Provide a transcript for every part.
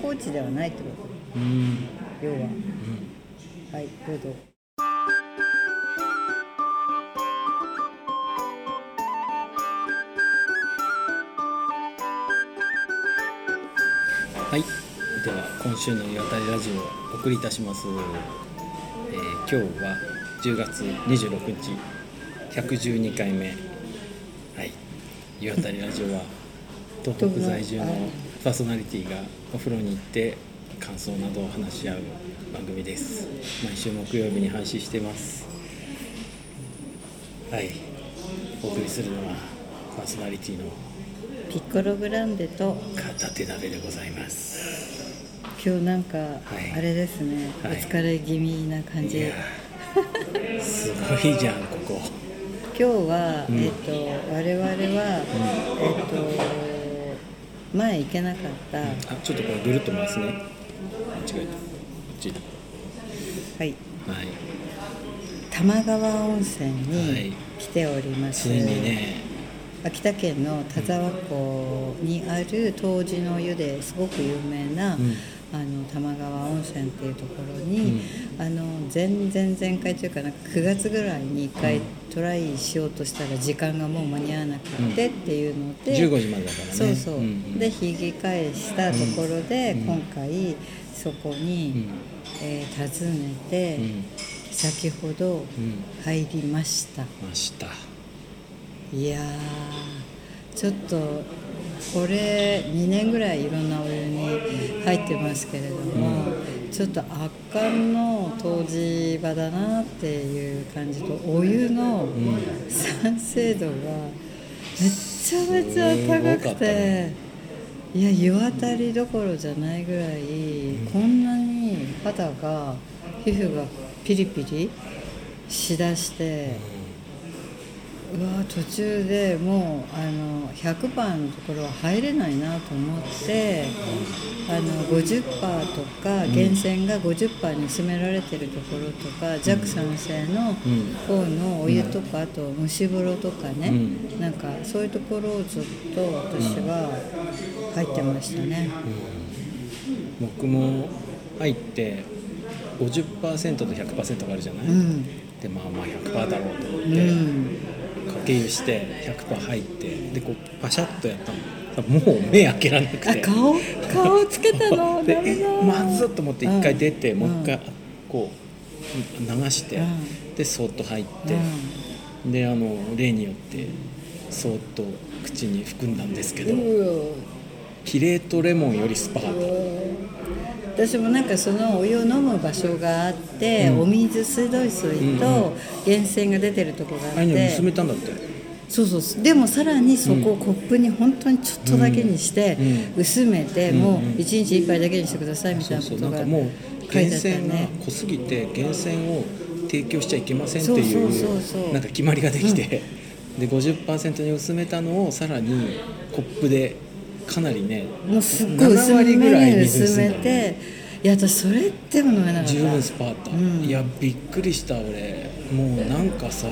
高地ではないってこうんと要は、はいどうぞはい、では今週の岩谷ラジオをお送りいたします、えー今日は10月26日112回目はい岩谷ラジオは東北在住のパーソナリティがお風呂に行って感想などを話し合う番組です毎週木曜日に配信してますはいお送りするのはパーソナリティのピッコログランデと片手鍋でございます今日なんか、いあれですね、はいお疲れ気味な感いじやーすごいじゃんここ今日は、うんえっと我々は、えっと前行けなかった、あちょっとこれぐるっと回すね間違えたこっちだはいはい玉川温泉はいに来ております、ついにね秋田県の田沢湖にある湯治の湯ですごく有名な、んあの玉川温泉っていうところに、あの前前前回というかなんか9月ぐらいに1回トライしようとしたら時間がもう間に合わなくてっていうので、 15時までだからねそうそう、んんで引き返したところで、今回そこに、うんえー訪ねて、うん先ほどうん入りました。ましたいやーちょっとこれ2年ぐらいいろんなお湯に入ってますけれども、ちょっと圧巻の湯治場だなっていう感じとお湯の酸性度がめちゃめちゃすごか高っくたて、ねいや湯あたりどころじゃないぐらい、こんなに肌が皮膚がピリピリしだして。うわー途中でもうあの100番のところは入れないなと思ってあの50%とか源泉が50%に詰められてるところとか、弱酸性のうん方のお湯とか、あと蒸し風呂とかね、うんなんかそういうところをずっと私は入ってましたね。僕も入って50%と100%があるじゃない、うん、でまあまあ100%だろうと思っうて、んかけ湯して100%入ってでこうパシャッとやったのもう目開けられなくあて顔顔つけたのでダメだえまずっと思って一回出て、うんもう一回こう流して、うんでそーっと入っうて、んであの例によってそーっと口に含んだんですけど、うわキレートレモンよりスパー私もなんかそのお湯を飲む場所があって、お水水道水と源泉が出てるとこがあっああいうのて、盗めたんだってそうそうでもさらにそこをコップに本当にちょっとだけにして、うん薄めて、うんもう1日1杯だけにしてくださいみたいなこそうなとんがかもう書源いてあったよ泉がね濃すぎて源泉を提供しちゃいけませんっていそうそうそうそううなんか決まりができて、で50%に薄めたのをさらにコップでかなりねもうすっごい薄7割めぐらいにに薄め薄んだていや私それでも飲めなかった十分スパータ、うんいやびっくりした俺もうなんかさ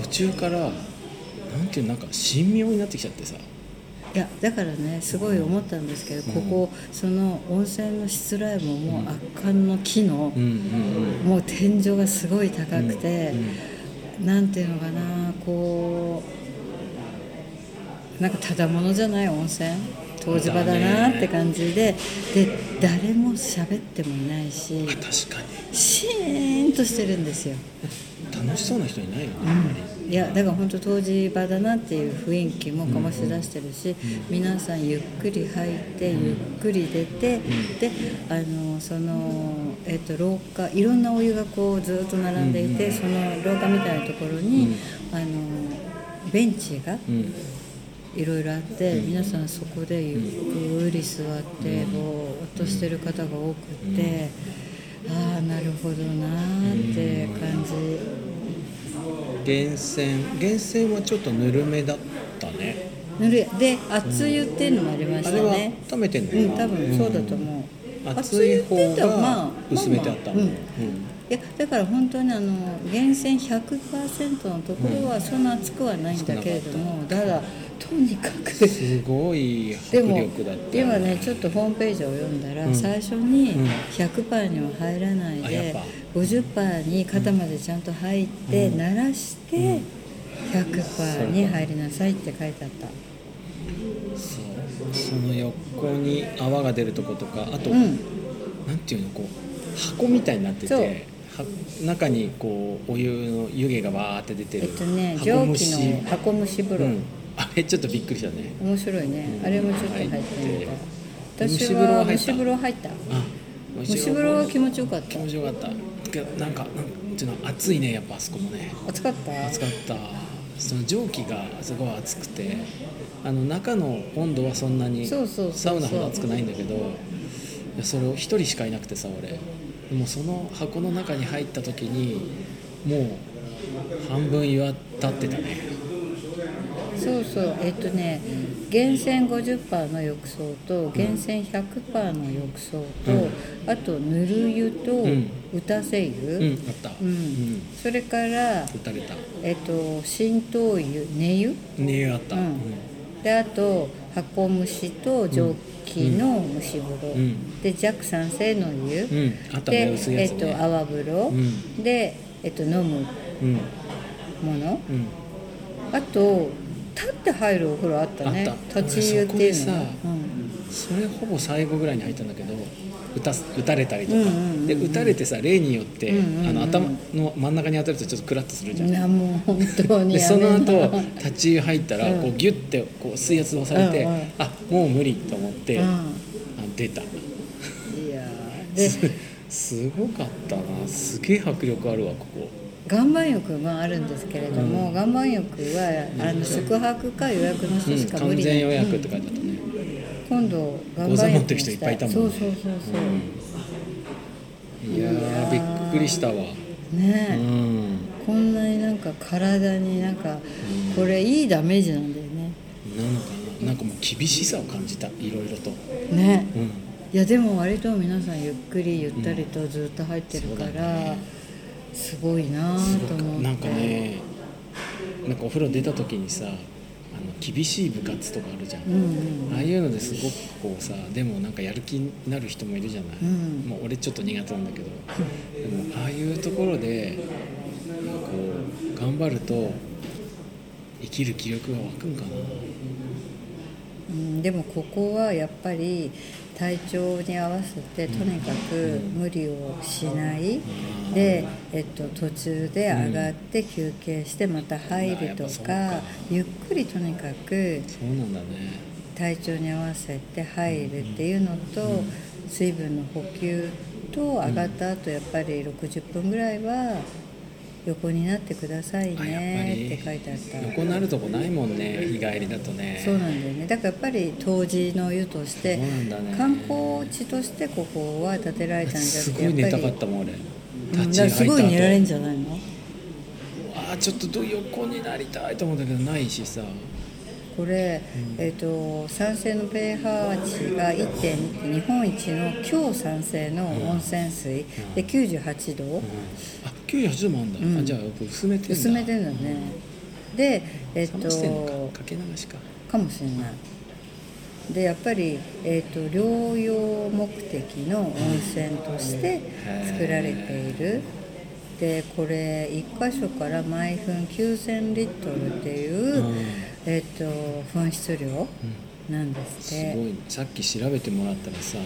途中からなんていうのなんか神妙になってきちゃってさいやだからねすごい思ったんですけど、ここその温泉のしつらいももう圧巻の木の、うんうんもう天井がすごい高くてうん、なんていうのかなこうなんかただものじゃない温泉湯治場だなって感じでで誰も喋ってもいないしあ確かシーンとしてるんですよ。に楽しそうな人いないよね、やっぱいやだから本当当時場だなっていう雰囲気も醸し出してるし、皆さんゆっくり入って、ゆっくり出て、であのその、えっと廊下いろんなお湯がこうずっと並んでいて、その廊下みたいなところに、あのベンチがりうんいろいろあって、皆さんそこでゆっくり座って、ぼーっとしてる方が多くて、ああなるほどなーって感じ。源泉源泉はちょっとぬるめだったねぬるやで熱湯っていうのもありましあたれはね、温めてんのかう、な多ん分そうだと思う、熱い熱湯方って言ったらまあがまあ薄めてあったの、まあううんんいやだから本当にあの源泉100%のところはそんな熱くはないんだけれども、ただとにかく すごい迫でも力だったよ今ねちょっとホームページを読んだら、うん最初にうん100杯には入らないあやっでぱ、 50杯に肩までちゃんと入って、うん鳴らして100杯に入りなさいって書いてあったそうその横に泡が出るとことかあと、うんなんていうのこう箱みたいになっててそうは中にこうお湯の湯気がわーって出てえっる、とね箱蒸蒸気しの箱蒸し風呂、うん、あれちょっとびっくりしたね面白いね、あれもちょっと入ってみ入ったて私蒸し風呂はは蒸入ったし風呂入ったあ蒸し風呂は気持ちよかった気持ちよかったけどなんかなんていうの暑いねやっぱあそこもね暑かった暑かったその蒸気がすごい熱くてあの中の温度はそんなにそうそうそうそうサウナほど熱くないんだけどいやそれを1人しかいなくてさ俺でもその箱の中に入った時にもう半分湯あたってたねそうそうえっとね源泉50%の浴槽と源泉100%の浴槽と、うんあとぬる湯とん打たせ湯、うんあったうんそれから、打たれたえっと、浸透湯寝湯、ねえあったううんんであと箱蒸しと蒸気の蒸し風呂、うんで弱酸性の湯、うんあったねで、薄いえやつっとね泡風呂、うんで、えっと、飲むうんものうんあと立って入るお風呂あったねあった立ち湯っていうの俺そこでさうんそれほぼ最後ぐらいに入ったんだけど打たす打たれたりとか、うんうんうんうんで打たれてさ例によって、うんうんうんあの頭の真ん中に当たるとちょっとクラッとするじゃん、いやもう本当にでやそめなの後立ち湯入ったら、うんこうギュッてこう水圧をされて、うんうんあもう無理と思って、うあ出たん、いやーですごかったなすげえ迫力あるわここ岩盤浴もあるんですけれども、うん岩盤浴はあの宿泊か予約のう人んしか無完理な全い、予う約っんて書いてあったね、今度岩ござ盤持っ浴てにる人いしっぱたいいいたもんねそうそうそうそう、うんいやーびっくりしたわねうえ、んこんなになんか体になんかうんこれいいダメージなんだよねなのかななんかもう厳しさを感じたいろいろとねうんいやでも割と皆さんゆっくりゆったりとずっと入ってるかうんそうだら、すごいなすぁごとく思ってなんかねなんかお風呂出た時にさあの厳しい部活とかあるじゃん、うんうんああいうのですごくこうさでもなんかやる気になる人もいるじゃない、うんもう俺ちょっと苦手なんだけどでもああいうところでなんかこう頑張ると生きる気力が湧くんかなうん、でもここはやっぱり体調に合わせてとにかく無理をしない、うんで、えっと、途中で上がって休憩してまた入るとうんあーやっぱそうかかゆっくりとにかくそうなんだね体調に合わせて入るっていうのと、水分の補給と上がった後やっぱり60分ぐらいは横になってくださいあやっぱねりって書いてあった。横になるとこないもんね日帰りだとねそうなんだよねだからやっぱり当時の湯としてそうなんだね観光地としてここは建てられたんじゃすなくごていやっぱ寝たりかったもん俺うん立だからち入りす入ごい寝られんっじた後ゃないのあーちょっとど横になりたいと思うんだけどないしさこれ、えっと酸性の pH 値が1.2って日本一の強酸性の温泉水で98度あ98度もあんだ、うんあじゃあやっぱ薄めてんだ薄めてるんだねでえっ冷ましてんのとかかけ流しかかもしれないでやっぱり、えー、と療養目的の温泉として作られているでこれ1箇所から毎分9000リットルっていう、うんえー、と噴出量なんですすって、ごいさっき調べてもらったらさ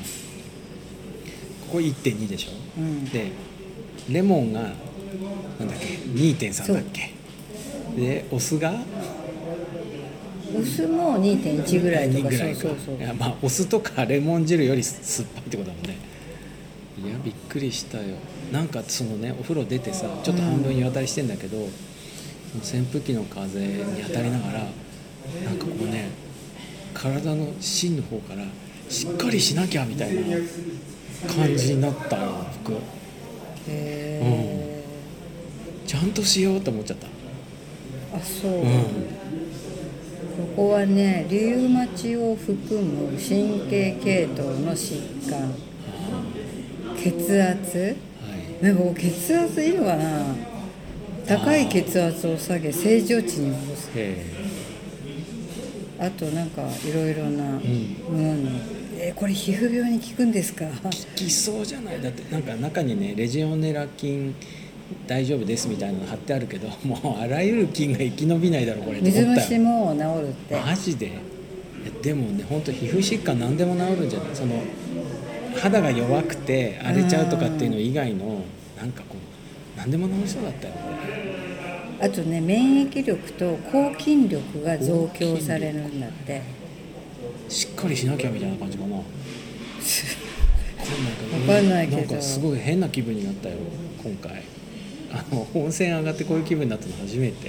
ここ1.2でしょ、うんでレモンがなんだっけ2.3だっけでお酢がお酢も2.1ぐらいと2かぐそらういかそうそういやまあお酢とかレモン汁より酸っぱいってことだもんねいやびっくりしたよなんかそのねお風呂出てさちょっと半分湯当たりしてんだけど、その扇風機の風に当たりながらなんかこうね体の芯の方からしっかりしなきゃみたいな感じになったよ僕へちゃんとしようと思っちゃったーあそう、うんここはねリウマチを含む神経系統の疾患血圧はいなんかもう血圧いいのかな高い血圧を下げ正常値に戻すへえあとなんかいろいろなものにえん、ーこれ皮膚病に効くんですか効きそうじゃないだってなんか中にねレジオネラ菌大丈夫ですみたいなの貼ってあるけど もうあらゆる菌が生き延びないだろこれと水思った虫よも治るってマジでえでもね本当皮膚疾患何でも治るんじゃないその肌が弱くて荒れちゃうとかっていうの以外のなんかこう何でも治りそうだったよねあとね免疫力と抗菌力が増強されるんだってしっかりしなきゃみたいな感じかなわわかんないけどなんかすごい変な気分になったよ今回あの温泉上がってこういう気分になったの初めて。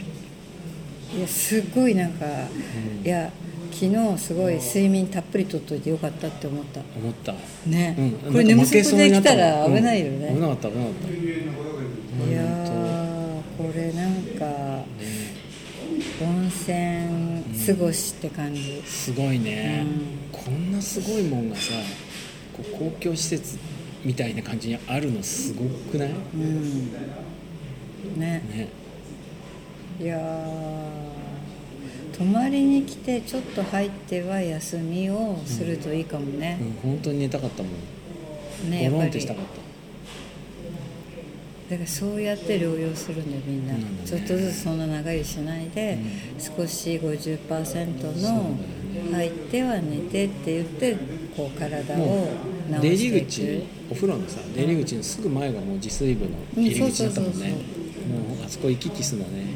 いやすっごいなんか、んいや昨日すごい睡眠たっぷりとっといてよかったって思った思った、ね、うん、これなん眠か負けそそううでになきったたもらん危ないよね、うん危なかった危なかったいやーこれなんか温泉過ごしって感じ、すごいね、うこんなすごいもんがさこう公共施設みたいな感じにあるのすごくないうんねねいやー泊まりに来てちょっと入っては休みをするといいかもねう、ん本当に寝たかったもんねボやっロぱンっりてしただかかったらそうやって療養するんだよみんな、なんだねちょっとずつそんな長いしないで、少し50%だよの入っては寝てって言ってこう体をもう出治していく入り口お風呂のさ出入り口のすぐ前がもう自炊部の入り口だったもんねうんそうもうあそこ行き来するのね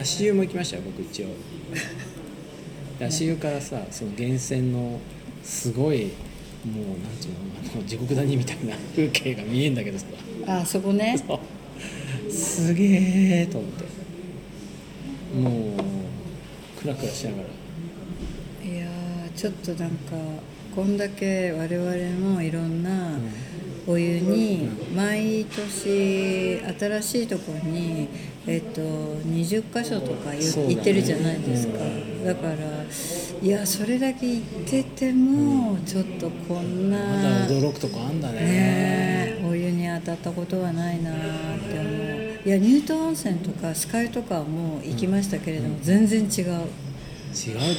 足湯も行きましたよ僕一応で足湯からさその源泉のすごいもうなんていうのあの地獄谷みたい な風景が見えんだけどさあそこねそうすげえと思ってもうクラクラしながらいやーちょっとなんかこんだけ我々もいろんなお湯に毎年新しいところに、えっと、20か所とかいそうだね行ってるじゃないですか、うんだからいやそれだけ行っててもちょっとこんな、まだ驚くとこあんだねえお湯に当たったことはないなって思ういや乳頭温泉とか酸ヶ湯とかも行きましたけれども、全然違う。違う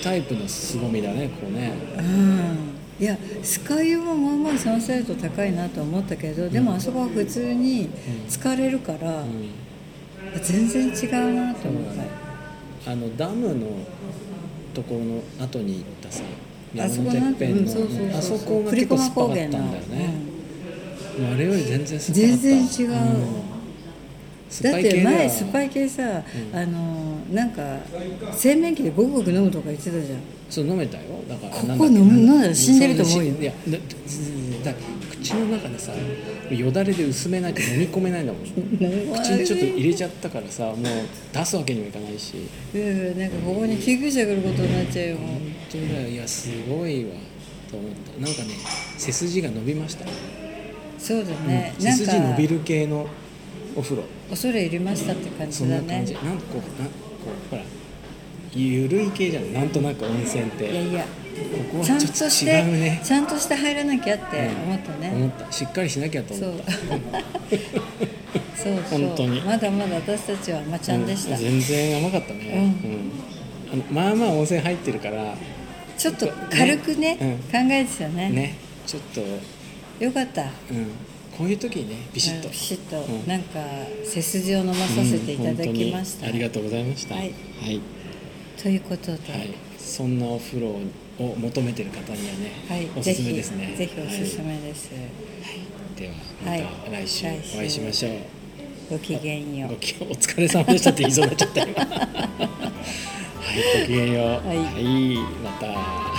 タイプの凄みだねこうねうんいや酸ヶ湯はまあまあ酸性度高いなとは思ったけどでもあそこは普通に疲れるから、うん全然違うなと思った、あのダムのところの後に行ったさあ山そのこてなっんてぺうんんそうそうのあそそうこそうがプリ結コ構マ酸っ高原ぱかったんの、だよね、もうあれより全然酸っぱかっ全た然違うだ酸っっぱい系てだ前酸っぱい系さ、あのなんか洗面器でゴクゴク飲むとか言ってたじゃんそう飲めたよだからここなんだっけ飲む飲んだら死んでると思うよそんな死いやだだだ口の中でさよだれで薄めないと飲み込めないん だもん口にちょっと入れちゃったからさもう出すわけにもいかないしうんなんかここに救急車来ることになっちゃうよもう本当だよいやすごいわと思ったなんかね背筋が伸びました、そうだね、背なんか筋伸びる系のお風呂恐れ入りましたって感じそんだな感ねじ、なんかこうなんかこうほらゆるい系じゃんなんとなく温泉っいやていやここはちゃんちとょっとして、違うねちゃんとして入らなきゃってうん思ったね、思ったしっかりしなきゃとそ思 うったそうそう本当にまだまだ私たちはまちゃんでした、うん全然甘かったね、うんうんあのまあまあ温泉入ってるからちょっと軽くねね考えてたねねちょっと、うん、よかったこういう時にねビシッと、うんピシッと、うんなんか背筋を伸ばさせていただきました、うん本当にありがとうございましたはいはいということで、はいそんなお風呂を求めてる方にはね、はいおぜすすめひですねぜひおすすめです、はいでははいまた来週来週お会いしましょう、ごきげんようごきお疲れ様でしたって 言いそうになっちゃった今はいごきげんようはいはい、また